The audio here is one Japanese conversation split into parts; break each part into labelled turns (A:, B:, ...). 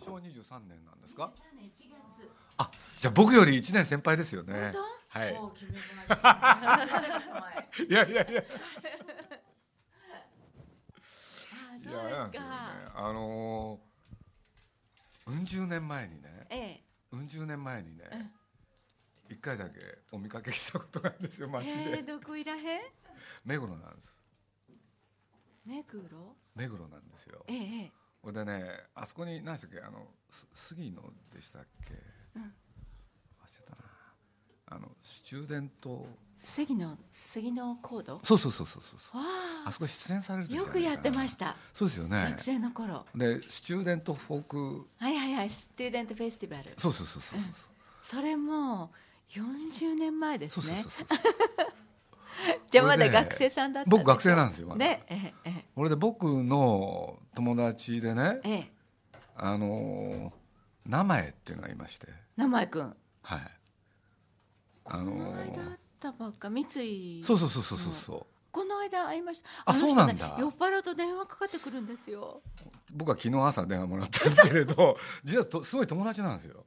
A: 昭和23年なんですかあじゃあ僕より1年先輩ですよねはい
B: もう決めました ね
A: いやいやいや
B: あ
A: いやあれなんですよ
B: そうです
A: ね
B: か。
A: あのーうん十年前にね、
B: え
A: うん十年前にね、一回だけお見かけしたことがあるんですよ
B: え、
A: 街
B: へえ
A: で。
B: どこいらへん？
A: 目黒なんです。
B: 目黒？
A: 目黒なんですよ。
B: ええ
A: ほんでね、あそこに何でしたっけあのす杉野でしたっけ？忘れたな。あのスチューデント。
B: 杉野杉野コード？
A: そうそうそうそうそうそう。
B: あ
A: あそこ出演されるん
B: あ、
A: です。
B: よくやってましたた。
A: そうですよね
B: 学。生の頃。
A: でスチューデントフォーク。
B: はいはいはい、ステューデントフェスティバル。
A: そうそうそうそうそうそう。
B: それも40年前で
A: そ
B: す
A: うそう
B: ね
A: そう。そう。
B: じゃあまだ
A: これね
B: 学生さんだっ た。
A: 僕学生なんですよまだ
B: ね、えええ
A: これで僕の友達でね
B: え、ええ、
A: あのー名前っていうのがいまして
B: 名前くん。
A: はいあ
B: こ
A: の
B: の
A: ー
B: 間会ったばっか三井。
A: そうそうそうそうそうそう
B: この間会いました。
A: あ
B: の人
A: そうなんだ
B: ね酔っ払うと電話かかってくるんですよ。
A: 僕は昨日朝電話もらったんですけれど実はとすごい友達なんですよ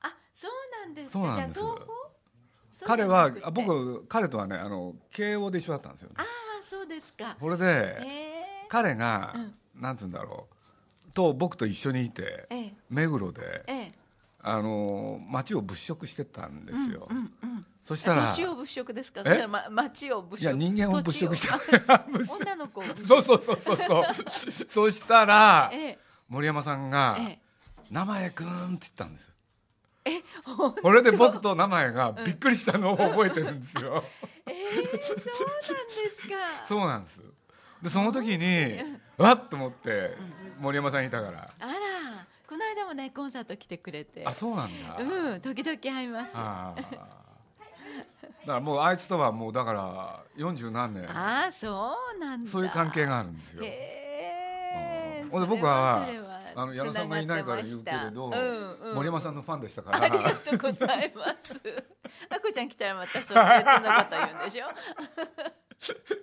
B: あ、そうなんです
A: そう
B: か。
A: なんです
B: じゃあ東宝そうじ
A: 彼
B: ゃ
A: は
B: なくて
A: あ僕彼とはねあの慶応で一緒だったんですよね
B: ああ、そうですか。
A: これ
B: え
A: で
B: え
A: 彼が、
B: う
A: なんて言うんだろうと僕と一緒にいて
B: ええ
A: 目黒で
B: ええ。
A: あのー街を物色してたんですよ、
B: うんうん。
A: そしたら
B: 土地を物色ですか。
A: え
B: だからま町を物色。
A: いや人間を物色して
B: 土地を 女の子を物色。
A: そうそうそうそう そう。そしたら
B: ええ
A: 森山さんが
B: ええ
A: 名前くんって言ったんですよ。
B: ほん
A: これで僕と名前がびっくりしたのを覚えてるんですよ。
B: ええそうなんですか。
A: そうなんです。でその時にわっと思って森山さんいたから。
B: あら、この間もねコンサート来てくれて。
A: あそうなんだ。
B: うん、時々会います。あ
A: あーだからもうあいつとはもうだから四十何年
B: あ、そうなんだ。
A: そういう関係があるんですよ。
B: へえ
A: ほんで
B: それ
A: 僕は
B: それは
A: あの矢野さんがいないから言うけれど、
B: つながってましたうんうん
A: 森山さんのファンでしたか
B: ありが
A: ら。
B: とうございます。あこちゃん来たらまたそう別のこと言うんでしょ。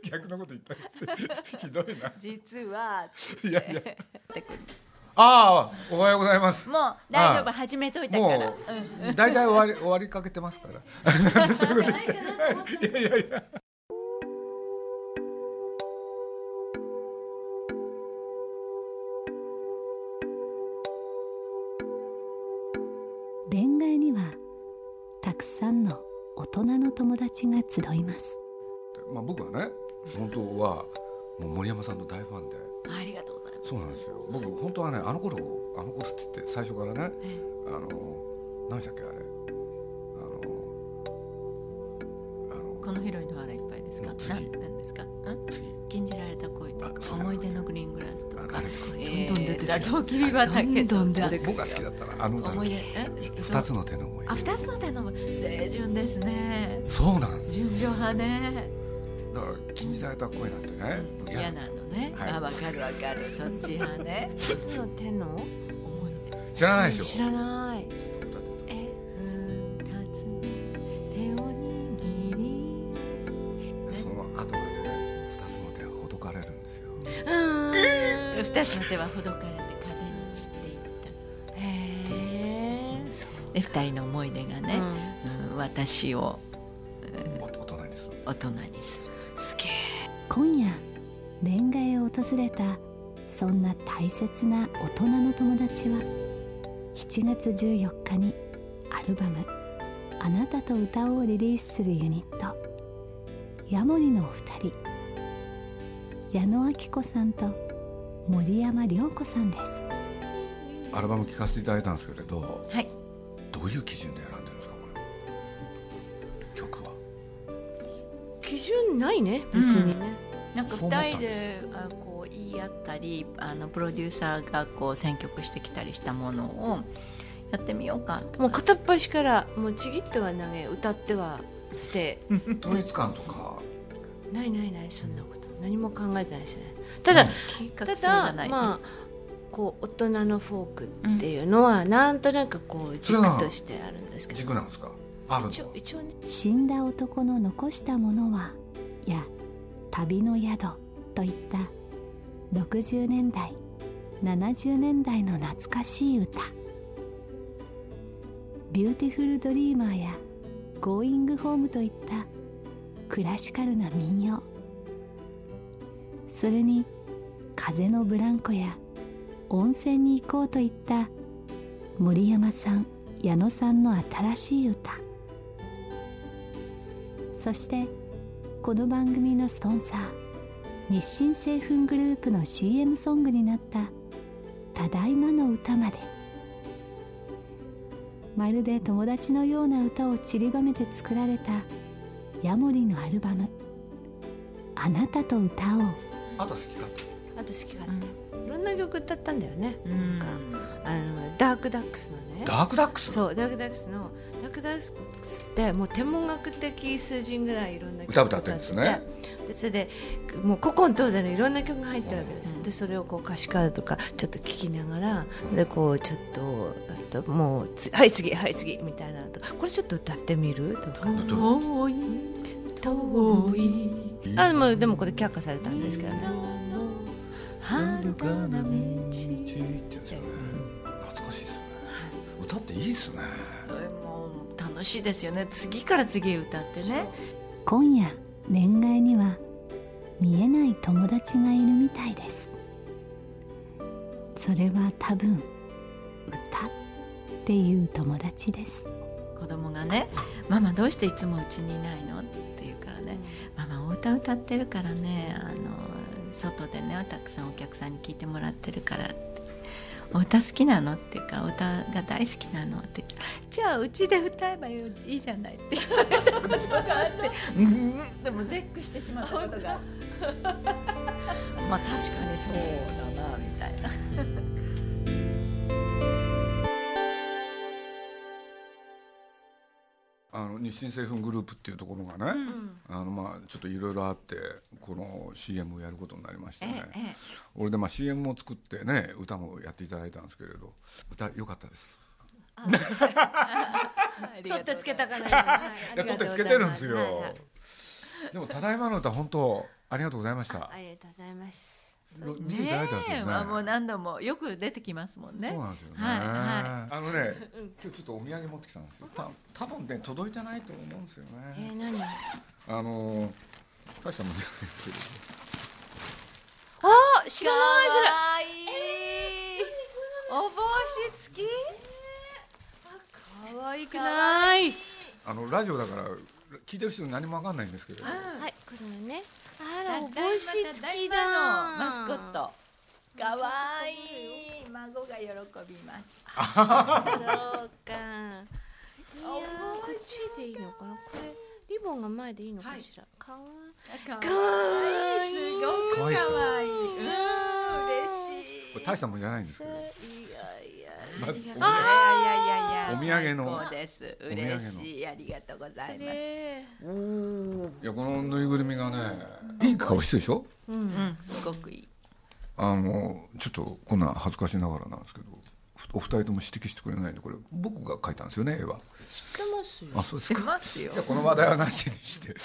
A: 逆のこと言ったりしてひどい な
B: 実はっ
A: いやいや
B: てくる
A: ああおはようございます
B: もう大丈夫始めといたか
A: も
B: ら。
A: う大体終わり終わりかけてますから な んでそういうこと言っちゃういやいやいや
C: 恋愛にはたくさんの大人の友達が集います
A: まあ僕はね本当はもう森山さんの大ファンで
B: ありがとうございます。
A: そうなんですよ僕本当はねあの頃あの頃っつって最初からね
B: え
A: あの何でしたっけあれあのあ
B: え
A: の
B: この広いの腹いっぱいですか。
A: もう
B: な
A: 次
B: なんですか。ん
A: 次
B: 禁じられた恋と
A: あ
B: か
A: そう
B: 思い出のグリーングラスと
A: あ
B: か
A: れです。
B: ええ
C: どんどん出てきた
B: さとうきび畑とか
C: どんどん出
A: 僕が好きだったらあの歌
B: 思い出え
A: 二つの手の思い
B: あ二つの手の青春ですね。
A: そうなんです
B: 純情派ね。
A: だから禁じられた声なんてね
B: 嫌なのね。
A: はい
B: あわかるわかる。そっち派ね。
D: 一つの手の
B: 思い出。
A: 知らないで
D: 知
A: しょ
D: らない
A: 歌ってみて
D: え
B: 二つ手を握り
A: その後がね二つの手がほどかれるんですよ
B: 合い二つの手はほどかれて風に散っていっ
D: へえそ
B: た
D: う
B: で二人の思い出がね、
D: ね
B: うん私を
A: お大人にする
B: 大人にする
D: すげえ
C: 今夜恋愛を訪れたそんな大切な大人の友達は7月14日にアルバム「あなたと歌おう」をリリースするユニットヤモリのお二人矢野明子さんと森山良子さんです
A: アルバム聴かせていただいたんですけれど
B: はい
A: どういう基準で選んでるんですかこれ
D: 基準ないね別にね、
B: なんか
A: そう思った
B: 二人であこう言い合ったりあのプロデューサーがこう選曲してきたりしたものをやってみようかとか
D: もう片っ端からもうちぎっては投げ歌っては捨て
A: 統一感とか
D: ないないないそんなこと何も考えてないしねただ、
B: 計画
D: た
B: 性が
D: だ
B: ない、
D: まあこう大人のフォークっていうのはなんとなくこう軸としてあるんですけど、
A: 軸なんですかあるの
D: 一応一応ね
C: 死んだ男の残したものはや旅の宿といった60年代70年代の懐かしい歌ビューティフルドリーマーやゴーイングホームといったクラシカルな民謡それに風のブランコや温泉に行こうといった森山さん矢野さんの新しい歌そしてこの番組のスポンサー日清製粉グループの CM ソングになった「ただいまの歌」までまるで友達のような歌を散りばめて作られたヤモリのアルバム「あなたと歌おう」
A: あと好きかと
D: あと好き勝手、いろんな曲歌ったんだよね
B: うん
D: あのダークダックスのね
A: ダークダックス
D: そうダークダックスのダークダックスってもう天文学的数人ぐらいいろんな曲
A: 歌歌ってんですね
D: でそれでもう古今東西のいろんな曲が入ってるわけです
B: うん
D: でそれをこう歌詞カードとかちょっと聞きながらでこうちょっとあともうつはい次はい次みたいなのとこれちょっと歌ってみるとか
A: ど
D: 遠い遠いあもうでもこれ却下されたんですけどね
A: 遥かな道ってやつよね懐かしいですね歌っていいですね
B: もう楽しいですよね次から次へ歌ってね
C: 今夜恋愛には見えない友達がいるみたいですそれは多分歌っていう友達です
B: 子供がね「ママどうしていつもうちにいないの?」って言うからね「ママお歌歌ってるからねあの外でねたくさんお客さんに聞いてもらってるから」って「お歌好きなの?」っていうか「お歌が大好きなの?」って聞いたら「じゃあうちで歌えばいいじゃない」って言われたことがあって「うんうん」でも絶句してしまったことが まあ確かにそうだなみたいな。
A: あの日清製粉グループっていうところがねあのまあちょっといろいろあってこの CM をやることになりまして
B: ええ
A: ね
B: ええ
A: 俺でまあ CM も作ってね歌もやっていただいたんですけれど歌良かったです
D: 取ってつけた
B: か
D: から
A: いや取ってつけてるんですよでも「ただいまの歌」本当ありがとうございました
D: ありがとうございます
A: ろ見ていただいたんですよね
B: まあもう何度もよく出てきますもんね。
A: そうなんですよね、
B: はいは
A: あのね今日ちょっとお土産持ってきたんですよた多分ね届いてないと思うんですよね、
D: えー、何
A: あのー大したもんじゃないですけど
D: あ知らない知らない
B: いい。お帽子付き。
D: 可愛くない
A: あのラジオだから聞いてる人に何もわかんないんですけど
D: はい、これね。あ
B: あ
D: ら、お帽子付きだ。
B: マスコット。可愛いい。孫が喜びます。
D: そうか。いや
B: お帽子
D: ー、こっちでいいのかな。これ、リボンが前でいいのかしら。かわ
B: 可
D: 愛
B: 愛い
D: い
B: すごく可愛い。うん嬉しい。
A: これ大したもんじゃないんですけど
B: いやいや。
A: まず
B: いやいやいやいや。
A: お土産の
B: 最高です。
A: 産の
B: 嬉しい。ありがとうございます。
D: い
A: い
D: い。
A: やこのぬいぐるみがねいい顔してるでしょ
B: うん、すごくいい。
A: あのちょっとこんなん恥ずかしながらなんですけどふお二人とも指摘してくれないんでこれ僕が描いたんですよね絵は
D: 知ってますよ。
A: あそうです
B: 出
A: か
B: ますよ
A: じゃ。あこの話題はなしにして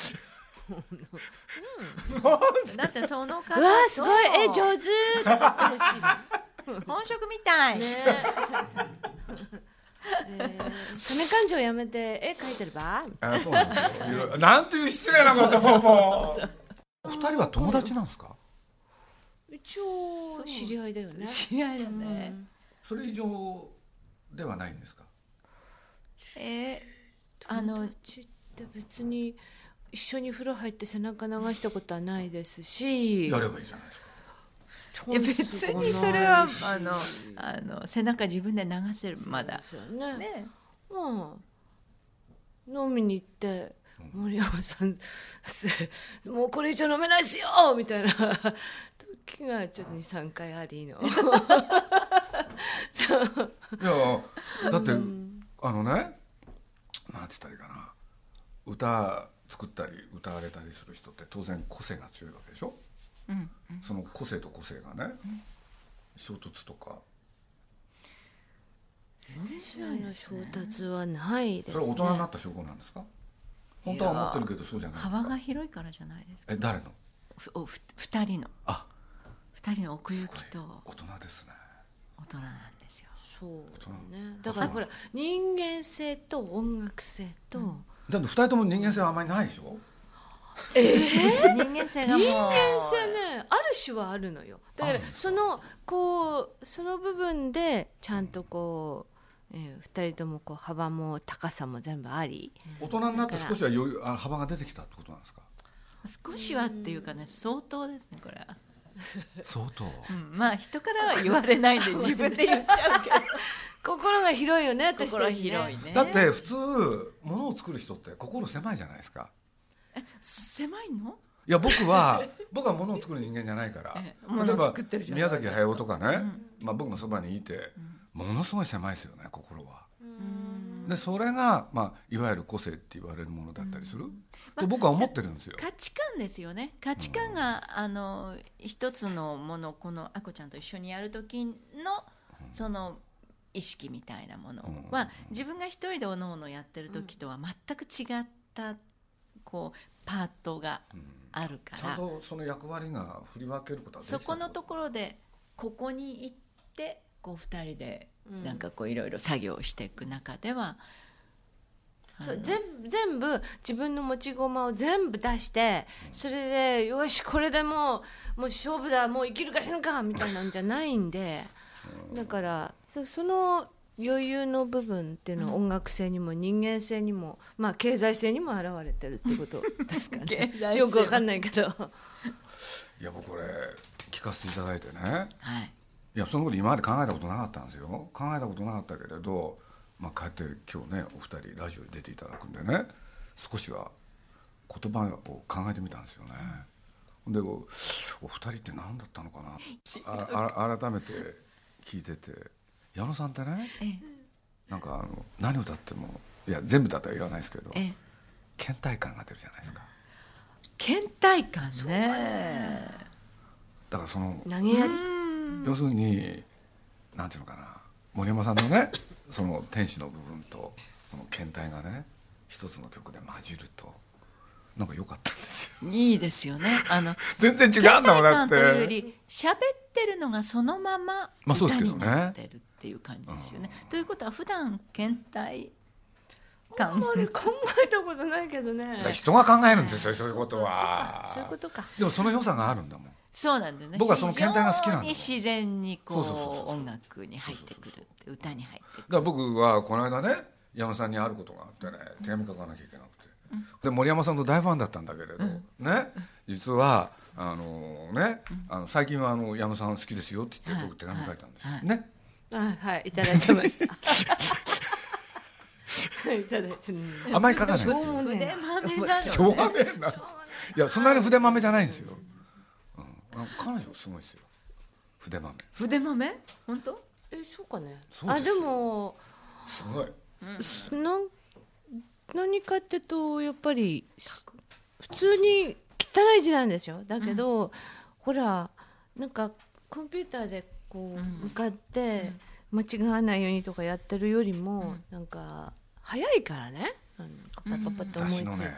B: だってその方
D: うわー、すごい。え、
B: と
D: 上手。って言ってほしいな。
B: 本職みたい、
D: ねえー金勘定やめて絵描いてれば
A: あそうなんです よいろいろなんていう失礼なことを もうお二人は友達なんですか
D: 一応知り合いだよね
B: 知り合いだね、
A: それ以上ではないんですか
B: えーあの
D: 友達って別に一緒に風呂入って背中流したことはないですし
A: やればいいじゃないですか
B: いや別にそれはあのあの背中自分で流せるまだ
D: そうですよね
B: ね
D: うん飲みに行って森山さんすもうこれ以上飲めないっすよみたいな時がちょっと23回ありのそう
A: いやだって、あのねなんて言ったらいいかな歌作ったり歌われたりする人って当然個性が強いわけでしょ、その個性と個性がね、衝突とか
B: 全然しない
D: あの
B: です
D: 衝
B: ね
D: 達はないです
A: それは大人になった証拠なんですか本当は思ってるけどそうじゃないのか
B: 幅が広いからじゃないですか
A: え誰の
B: ふおふ二人の
A: あ
B: 二人の奥
A: す
B: 行
A: ごい
B: きと
A: 大人ですね
B: 大人なんですよ
D: そうねだからほら人間性と音楽性と、
A: だって二人とも人間性はあんまりないでしょ
B: 人間性がもう
D: 人間性ねある種はあるのよだか
A: ある
D: ら
A: んですか
D: そのこうその部分でちゃんとこう、え2人ともこう幅も高さも全部あり
A: 大人になって少しは余裕あ幅が出てきたってことなんですか
B: 少しはっていうかね相当ですねこれは、
A: 相当
B: うん、まあ人からは言われないんで自分で言っちゃうけど
D: 心が広いよね私
B: 心
D: たちね
B: 広いね
A: だって普通物を作る人って心狭いじゃないですか
B: 狭いの
A: いや僕は僕は物を作る人間じゃないから
B: ええ物
A: 例えば
B: 作ってるじゃない
A: 宮崎駿とかね、まあ、僕のそばにいて、ものすごい狭いですよね心は。でそれが、まあ、いわゆる個性って言われるものだったりする、と僕は思ってるんですよ。
B: 価値観ですよね価値観が、あの一つのものこのあこちゃんと一緒にやる時のその意識みたいなものは、自分が一人でおのおのやってる時とは全く違ったこうパートがあるか
A: ちゃ
B: ら、
A: んとその役割が振り分けることはできた
B: そ
A: と
B: このところでここに行ってこう二人でなんかこういろいろ作業をしていく中では、あの
D: そう全部全部自分の持ち駒を全部出してそれでよしこれでもうもう勝負だもう生きるか死ぬかみたいなんじゃないんでだからそその余裕の部分っていうのは音楽性にも人間性にも、まあ経済性にも表れてるってことですか
B: 経済性
D: ねよくわかんないけど
A: いや僕これ聞かせていただいてね
B: はい
A: いやそのこと今まで考えたことなかったんですよ考えたことなかったけれど、まあ、帰って今日ねお二人ラジオに出ていただくんでね少しは言葉を考えてみたんですよねでおお二人って何だったのかなああら改めて聞いてて矢野さんってね
B: ええ
A: なんかあの何歌ってもいや全部だとは言わないですけど
B: ええ
A: 倦怠感が出るじゃないですか
B: 倦怠感ね
A: だからその
D: 投げやり
A: 要するになんていうのかな森山さんのねその天使の部分とその検体がね一つの曲で混じるとなんか良かったんです よ
B: いいですよね あの
A: 全然違うんだもんだ
B: 感
A: っ
B: というよ
A: て
B: り喋ってるのがそのまま
A: まあそうです
B: 歌
A: けどね
B: になってるっていう感じですよね。ということは普段倦怠
D: あ
B: 感
D: んまり考えたことないけどね
A: だから人が考えるんですよそういうことは
D: そういうことか
A: でもその良さがあるんだもん
B: そうなんだよね
A: 僕はその倦怠が好きなの
B: 非常に自然にこう
A: そうそうそうそう
B: 音楽に入ってくるって歌に入ってくる
A: だから僕はこの間ね矢野さんにあることがあってね手紙書かなきゃいけなくて、で森山さんの大ファンだったんだけれど、ね実はあのね、あの最近はあの矢野さん好きですよって言って僕手紙書いたんですよ、
B: はいはい
A: ね
D: あはいいただいてました いただいてうん
A: あまり書かないですけ
D: しょ
A: ど
D: うもねえな
A: しょうがねえな。いや、そんなに筆豆じゃないんですよ。うん、あの彼女すごいですよ。筆豆。
B: 筆豆本当
D: えそうかね
A: そう
D: あ
A: です
D: で
A: よ
D: も
A: すごい。
D: なん何かってとやっぱり普通に汚い字なんですよだけど、ほらなんかコンピューターでこう向かって間違わないようにとかやってるよりも、なんか早いからねなんかパッパッパッと
A: 雑
D: 思いつ
A: 誌
D: い
A: の
D: て、
A: ね、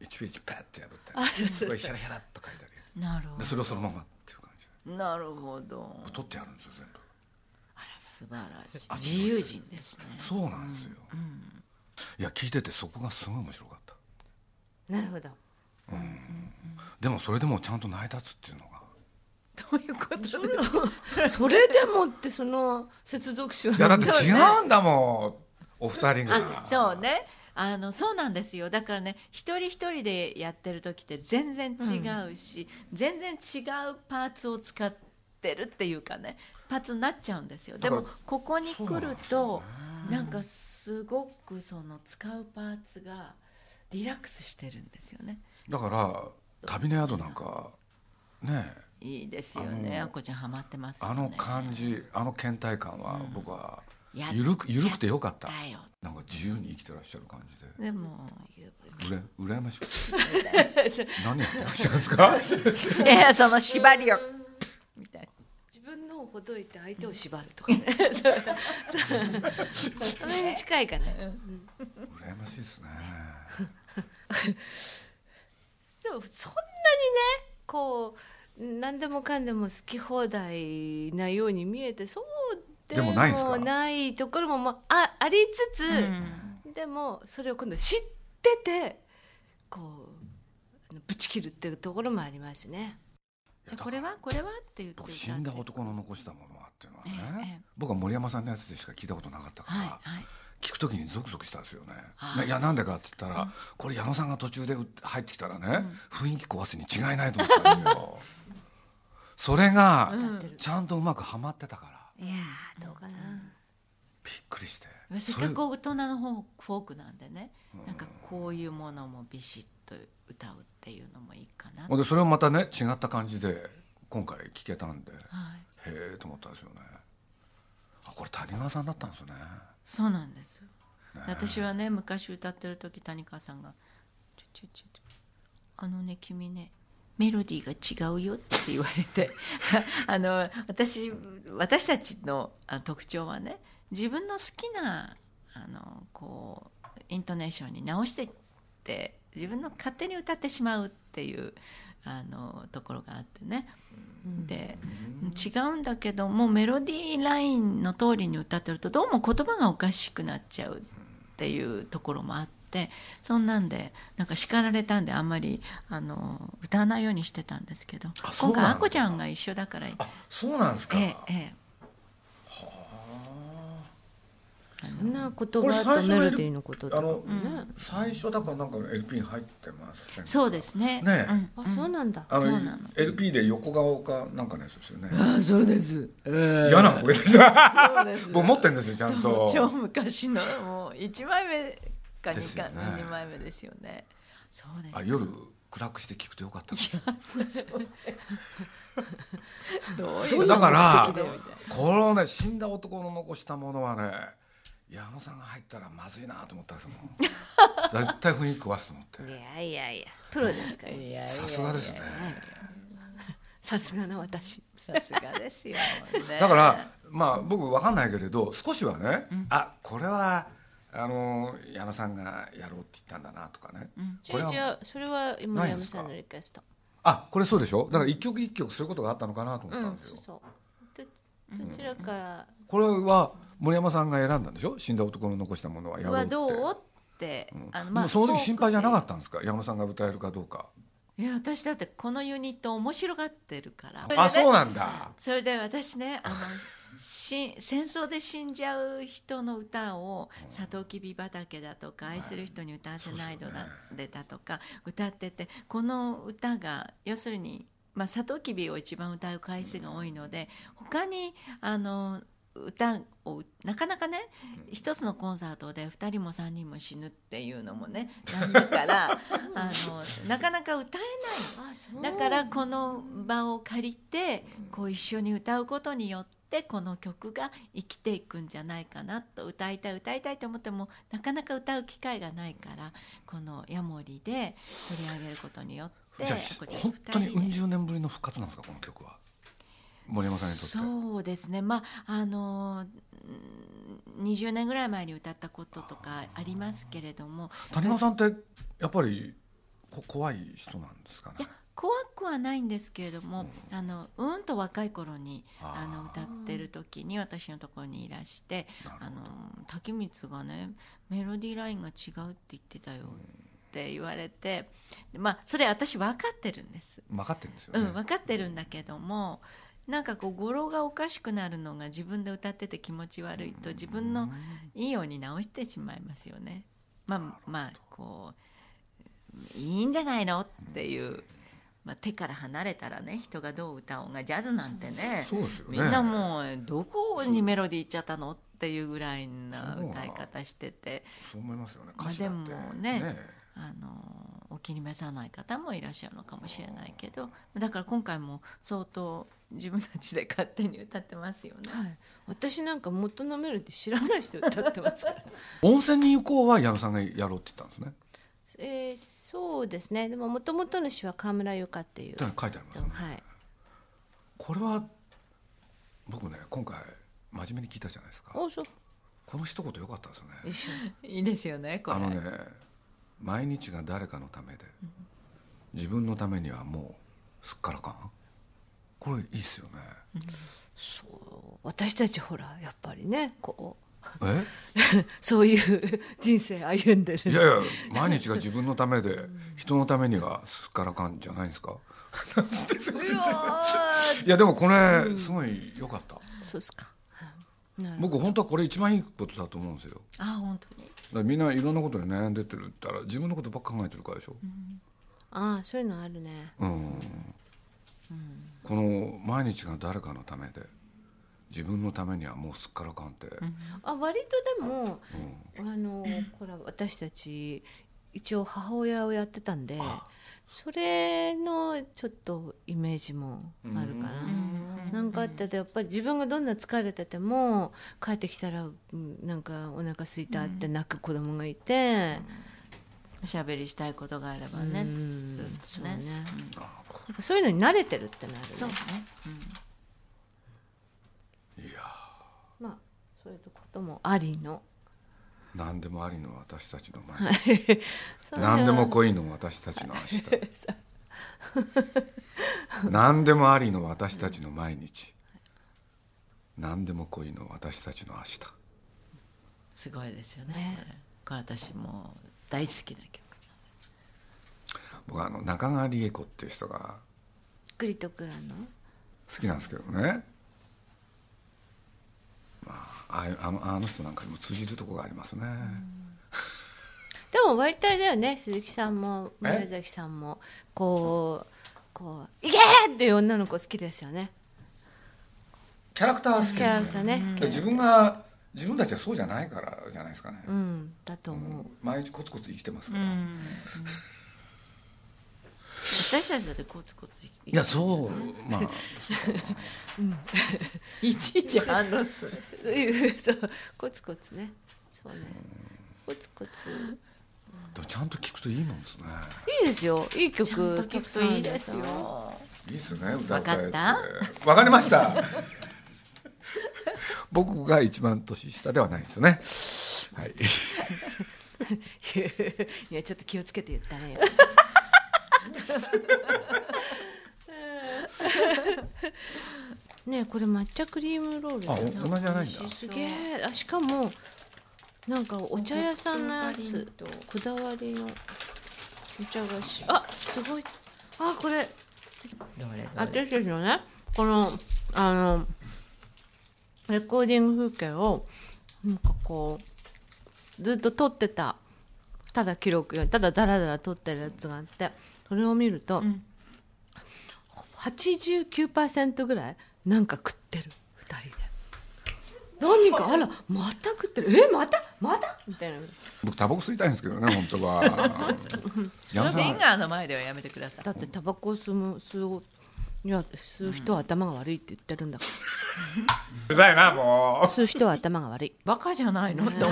A: 一ページパってやるって。これヒャラヒャラっと書いてあるよ。
B: なるほ
A: で、それをそのままっていう感じで。
B: どなるほど
A: 取ってやるんですよ、全部。
B: 素晴らしい自由人ですね
A: そうなんですよ。いや、聞いてて、そこがすごい面白かった。
D: なるほ ど
A: でも、それでもちゃんと成り立つっていうのが。
B: どういうことだ
D: それでもってその接続詞はい
A: や、だって違うんだもん。お二人が。
B: そうねあのそうなんですよだからね一人一人でやってる時って全然違うし、全然違うパーツを使ってるっていうかねパーツになっちゃうんですよで
A: から
B: もここに来る
A: そ
B: となんかすごくその使うパーツがリラックスしてるんですよね
A: だから旅の宿なんかねえ
B: いいですよね
A: あ
B: あ
A: の
B: こちゃんハマってますよ
A: あ
B: ね
A: の感じあの倦怠感は僕は
B: やっ
A: ゆるくゆるくてよかった
B: だよ
A: なんか自由に生きてらっしゃる感じで
B: でも
A: うら羨ましく何やってらっしゃるん ですか
B: いやいやその縛りをみたいな
D: 自分のをほどいて相手を縛るとかねそうそうそれに近いかね
A: 羨ましいです ね
D: でもそんなにねこう何でもかんでも好き放題なように見えてそうで
A: でもないんですか
D: ないところももうあありつつ、でもそれを今度知っててこうあのぶち切るっていうところもありますね。
B: じゃあこれはこれはって言って
A: 僕死んだ男の残したものはっていうのはね、
B: ええ
A: 僕は森山さんのやつでしか聞いたことなかったから、
B: はいはい
A: 聞くときにゾクゾクしたんですよね
B: あ。ー
A: いやなんでかって言ったら、これ矢野さんが途中でう入ってきたらね、雰囲気壊すに違いないと思ったんです よ。それがちゃんとうまくはまってたから
D: いやーどうかな。
A: びっくりして。
B: せっ
A: それ
B: かく大人の方フォークなんでねなんかこういうものもビシッと歌うっていうのもいいかな、はい、
A: でそれをまたね違った感じで今回聞けたんで、へえと思ったんですよね。あこれ谷川さんだったんですね。
B: そうなんですよ私はね昔歌ってる時谷川さんが「ちょちょちょちょあのね君ねメロディーが違うよ」って言われて あの私私たちのあ特徴はね自分の好きなあのこうイントネーションに直してって自分の勝手に歌ってしまうっていうあのところがあってね。で違うんだけどもメロディーラインの通りに歌ってるとどうも言葉がおかしくなっちゃうっていうところもあってそんなんでなんか叱られたんであんまりあの歌わないようにしてたんですけど
A: あそう
B: 今
A: なんだ
B: 回あこちゃんが一緒だからえ
A: あそうなんですか。
B: えええ
D: そんな言
A: これ
D: 葉
A: 最
D: と
A: 初
D: メ
A: の
D: ロディーのことと
A: あ
D: かね
A: の、。最初だからなんか LP に入ってます、ね。
B: そうですね
A: ねえ
B: うん
D: あそうなんだ。
A: あの
B: そうなの
A: LP で横顔かなんかのやつですよね。
B: あそうです、ええ
A: 嫌な声でした。
B: そうです
A: 僕持ってんですよちゃんと。
B: 超昔のもう1枚目か
A: です
B: 2
A: よ
B: か、
A: ね
B: 2枚目ですよねそうです
A: あ夜暗くして聞くとよかったな。
B: どう
A: だから
B: 目的だよみたいな
A: このね死んだ男の残したものはね山本さんが入ったらまずいなと思ったんですもん。絶対雰囲気壊すと思って
D: い。やいやいやプロですから。
B: いやいやいや
A: さすがですね。
D: さすがの私。
B: さすがですよ、ね
A: だからまあ僕わかんないけれど少しはね、あこれはあの矢野さんがやろうって言ったんだなとかね、これは
D: じゃあそれは今山さんのリクエスト。
A: あこれそうでしょだから一曲一曲そういうことがあったのかなと思
D: う
A: ったん
D: ん
A: です
D: そ
A: よ
D: う、そう。どどちらから
A: これは森山さんが選んだんでしょ死んだ男の残したものはやろうっ
B: は
A: て
B: どうって、あのま
A: も
B: あ
A: うその時心配じゃなか
B: っ
A: ったんですか山田さんが歌えるかどうか
B: たいや私だってこのユニット面白がってるから
A: あそうな
B: な
A: んだ
B: それで私 ねあのし戦争で死んじゃう人の歌を「サトウキビ畑」だとか「愛する人に歌わせないのだ」でだとか歌っててこの歌が要するに、まあ、サトウキビを一番歌う回数が多いので他にあの歌をなかなかね一つのコンサートで2人も3人も死ぬっていうのもねなんだから あのなかなか歌えない
D: あそう
B: だからこの場を借りてこう一緒に歌うことによってこの曲が生きていくんじゃないかなと歌いたい歌いたいと思ってもなかなか歌う機会がないからこの「ヤモリ」で取り上げることによって
A: じゃあ
B: こちら
A: 本当に
B: 二人で
A: うん十年ぶりの復活なんですかこの曲は森山さんにとって
B: そうですねまああのうん20年ぐらい前に歌ったこととかありますけれども
A: 谷川さんってやっぱりこ怖い人なんですかね
B: いや怖くはないんですけれども、あのうんと若い頃に
A: あー
B: あの歌ってる時に私のところにいらしてあの滝光がねメロディーラインが違うって言ってたよって言われて、でまあそれ私分かってるんです。
A: 分かってるんですよ
B: う
A: ね、
B: ん、分かってるんだけどもなんかこう語呂がおかしくなるのが自分で歌ってて気持ち悪いと自分のいいように直してしまいますよね。まあまあこういいんじゃないのっていう、まあ、手から離れたらね人がどう歌おうがジャズなんてね
A: そうですよね
B: みんなもうどこにメロディーいっちゃったのっていうぐらいな歌い方してて。
A: そう思いますよね
B: まあ
A: 歌詞だって
B: でもねあのお気に召さない方もいらっしゃるのかもしれないけどだから今回も相当自分たちで勝手に歌ってます よね。
D: はい、私なんか元飲めるって知らない人歌ってますから、
A: 温泉に行こうは矢野さんがやろうって言ったんですね
D: えーそうですねでも元々の詩は河村由香っていう、
A: だから書いてありますよね
D: はい、
A: これは僕ね今回真面目に聞いたじゃないですか
D: おそう
A: この一言良かったですね
D: 一緒
B: いいですよねこれ
A: あのね毎日が誰かのためで自分のためにはもうすっからかんこれいいっすよね、
D: そう私たちほらやっぱりねここ
A: え
D: そういう人生歩んで
A: いやい
D: る
A: や毎日が自分のためで人のためにはすっからかんじゃないですかなんつってそう言っちゃういやでもこれすごい良かった、
D: そうですかはいなるほど
A: 僕本当はこれ一番いいことだと思うんですよ
B: あ本当に
A: だからみんないろんなことに悩んでてるったら自分のことばっか考えてるからでしょ、
D: ああそういうのあるね
A: うんこの毎日が誰かのためで自分のためにはもうすっからかんって、
D: あ割とでもあのほら私たち一応母親をやってたんでそれのちょっとイメージもあるかな。なんかあっててやっぱり自分がどんな疲れてても帰ってきたらうんなんかお腹空いたって泣く子供がいて、
B: おしゃべりしたいことがあれば
D: う
B: ね
D: ん
B: ずっ
D: そ
B: と
D: うね
B: ね
D: そういうのに慣れてるってなるね
B: そうね
A: いや
D: まあそういうこともありの
A: ー何でもありの私たちの前に
D: それは
A: 何でも恋の私たちの明日何でもありの私たちの毎日何でも恋の私たちの明日
B: すごいですよ
D: ね
B: ねこれこれ私もう大好きな曲
A: 僕はあの中川理恵子っていう人が
D: グリトクラの
A: 好きなんですけどね、まあ、ああいうあのあの人なんかにも通じるとこがありますね、
D: でも割体だよね鈴木さんも宮崎さんもこうこう「いけ!」っていう女の子好きですよね
A: キャラクターは好き
D: キャラクターね、
A: で自分が自分たちはそうじゃないからじゃないですかね、
D: うんだと思う、
A: 毎日コツコツ生きてますから、
B: 私たちだってコツコツ生き
A: いやそうまあ
B: いちいち反論する
D: そうコツコツねそうねコツコツ
A: でもちゃんと聞くといいもんですね
D: いいですよいい曲
B: ちゃんと聞くといいですよ
A: いいですね歌
B: 歌えてわか
A: わかりました 僕が一番年下ではないですねはい
D: いやちょっと気をつけて言っ たね ねえこれ抹茶クリームロール
A: あお同じじゃないんだ
D: すげえあしかもなんかお茶屋さんのやつこだわりのお茶菓子あすごいあこ
B: ど
D: れ
B: れどれ
D: 私たちのねこのあのレコーディング風景をなんかこうずっと撮ってたただ記録よりただダラダラ撮ってるやつがあってそれを見ると、89%ぐらいなんか食ってる2人で何かあらまた食ってるえまたまたみたいな
A: 僕タバコ吸いたいんですけどね本当は 矢野さん
B: フィンガーの前ではやめてください
D: だってタバコを吸う吸ういや吸う人は頭が悪いって言ってるんだか
A: う
D: ら、
A: ざいなも
D: 吸う人は頭が悪い
B: バカじゃない のって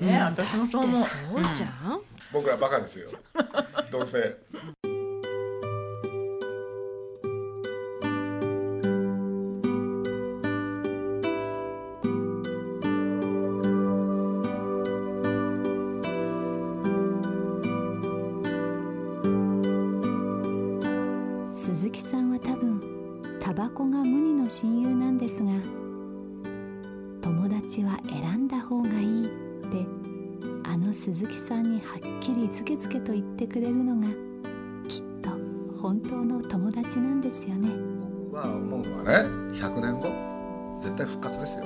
B: ね私もそう
D: で
B: 思う
D: そうじゃん、
A: う僕らバカですよどうせ
C: 鈴木さんは多分タバコが無二の親友なんですが友達は選んだ方がいいってあの鈴木さんにはっきりズケズケと言ってくれるのがきっと本当の友達なんですよね
A: 僕は思うのはね100年後絶対復活ですよ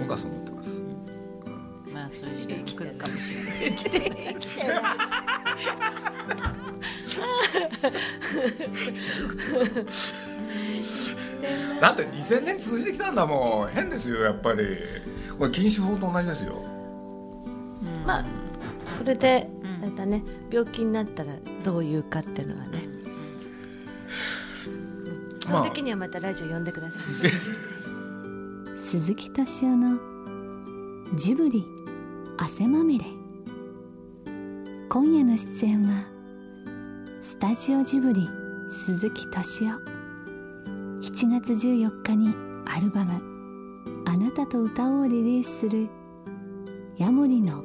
A: 僕はそう思ってます
B: まあそういう時代が来るかもしれない
A: だって2000年続いてきたんだもん変ですよやっぱりこれ禁酒法と同じですよ
D: まあこれで、
B: うん
D: なんかね病気になったらどういうかっていうのはね、その時にはまたラジオ呼んでください、
C: 鈴木敏夫のジブリ汗まみれ今夜の出演はスタジオジブリ鈴木敏夫7月14日にアルバム「あなたと歌おう」をリリースするヤモリの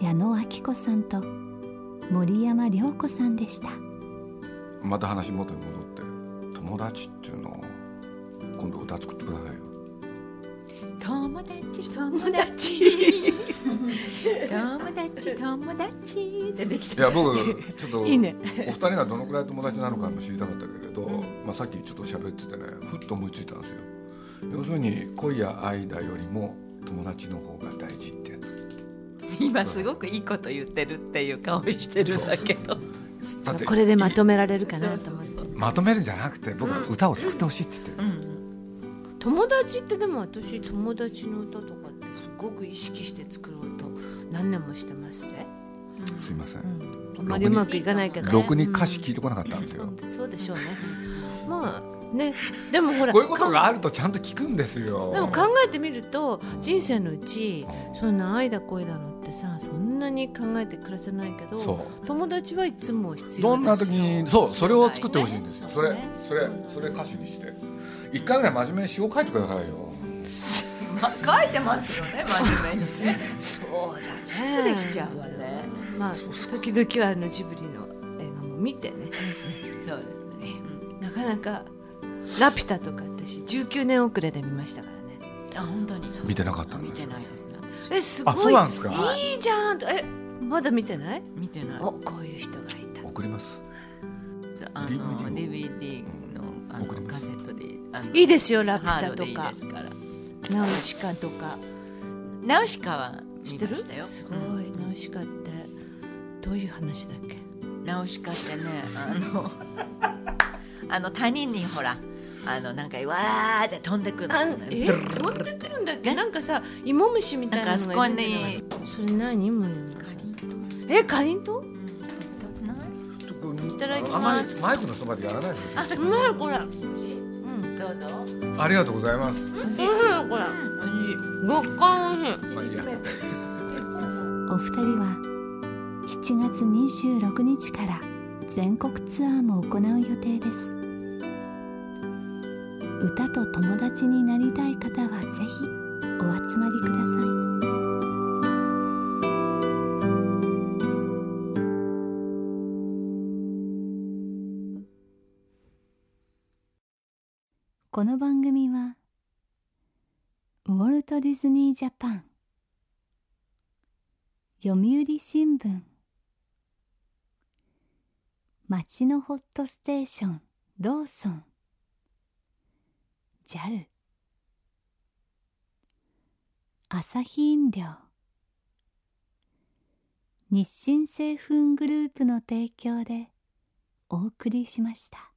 C: 矢野明子さんと森山良子さんでした
A: また話元に戻って友達っていうのを今度歌作ってくださいよ
B: 友達友 達友達友達ってでき
A: い
B: ちゃ
A: や
B: う
A: 僕ちょっと
D: いいね
A: お二人がどのくらい友達なのかも知りたかったけれど、まあ、さっきちょっと喋っててねふっと思いついたんですよ要するに恋や愛だよりも友達の方が大事ってやつ
B: 今すごくいいこと言ってるっていう顔してるんだけど
A: だって
D: これでまとめられるかなと思って
A: まとめるんじゃなくて僕は歌を作ってほしいって言ってる、
D: 友達ってでも私友達の歌とかってすごく意識して作ろうと何年もしてますぜ
A: すいません、
D: あまりうまくいかないけどね
A: ろくに歌詞聞いてこなかったんですよ、
D: そうでしょうねまあねでもほら
A: こういうことがあるとちゃんと聞くんですよ
D: でも考えてみると人生のうちそんな愛だ恋だのってさそんなに考えて暮らせないけ
A: そ
D: ど友達はいつも必要
A: どんな時にそうそれを作ってほしいんですよそ
B: そう
A: れ
B: だよね
A: それそれ歌詞にして一回ぐらい真面目に詩を書いてくださいよ
B: ま書いてますよね真面目にねそうだ失礼しちゃうわね
D: まあ時々はあのジブリの映画も見てね
B: そうですね、
D: なかなか「ラピュタ」とか私19年遅れで見ましたからね
B: あ本当に
A: 見てなかったん
B: 見
A: です
B: て
A: よ
B: ないですね
D: えす
A: あ
D: ごい
A: そうなんですか
D: いいじゃんとえまだ見てない
B: 見てない
D: おこういう人がいた
A: 送ります
B: あの
A: DVD
B: DVD のあの
A: 送りま
B: カ
A: す
B: セットであの
D: いいですよラピ
B: ハ
D: ュ
B: ー
D: タ
B: ド
D: と
B: でいい
D: か
B: ですから
D: ナウシカとか
B: ナウシカは
D: 知
B: 見
D: って
B: ま
D: る
B: したよ
D: すごい、ナウシカってどういう話だっけ
B: ナウシカってねあの あの他人にほらあのなんかわーって飛んでくるの
D: あ
B: ね
D: んえ飛んでくるんだっけなんかさ芋虫みたいなのがいるんじゃない
B: なん
D: それ何芋にえかりんとう
A: ちょっとこう
B: いただきます
A: あまりマイクのそばでやらないでください
D: まいこれ
B: どうぞ
A: ありがとうございます
D: うんすごいこれ極寒おいしい
A: まあいいや
C: お二人は7月26日から全国ツアーも行う予定です歌と友達になりたい方はぜひお集まりくださいこの番組はウォルト・ディズニー・ジャパン読売新聞町のホットステーションローソン JAL 朝日飲料日清製粉グループの提供でお送りしました。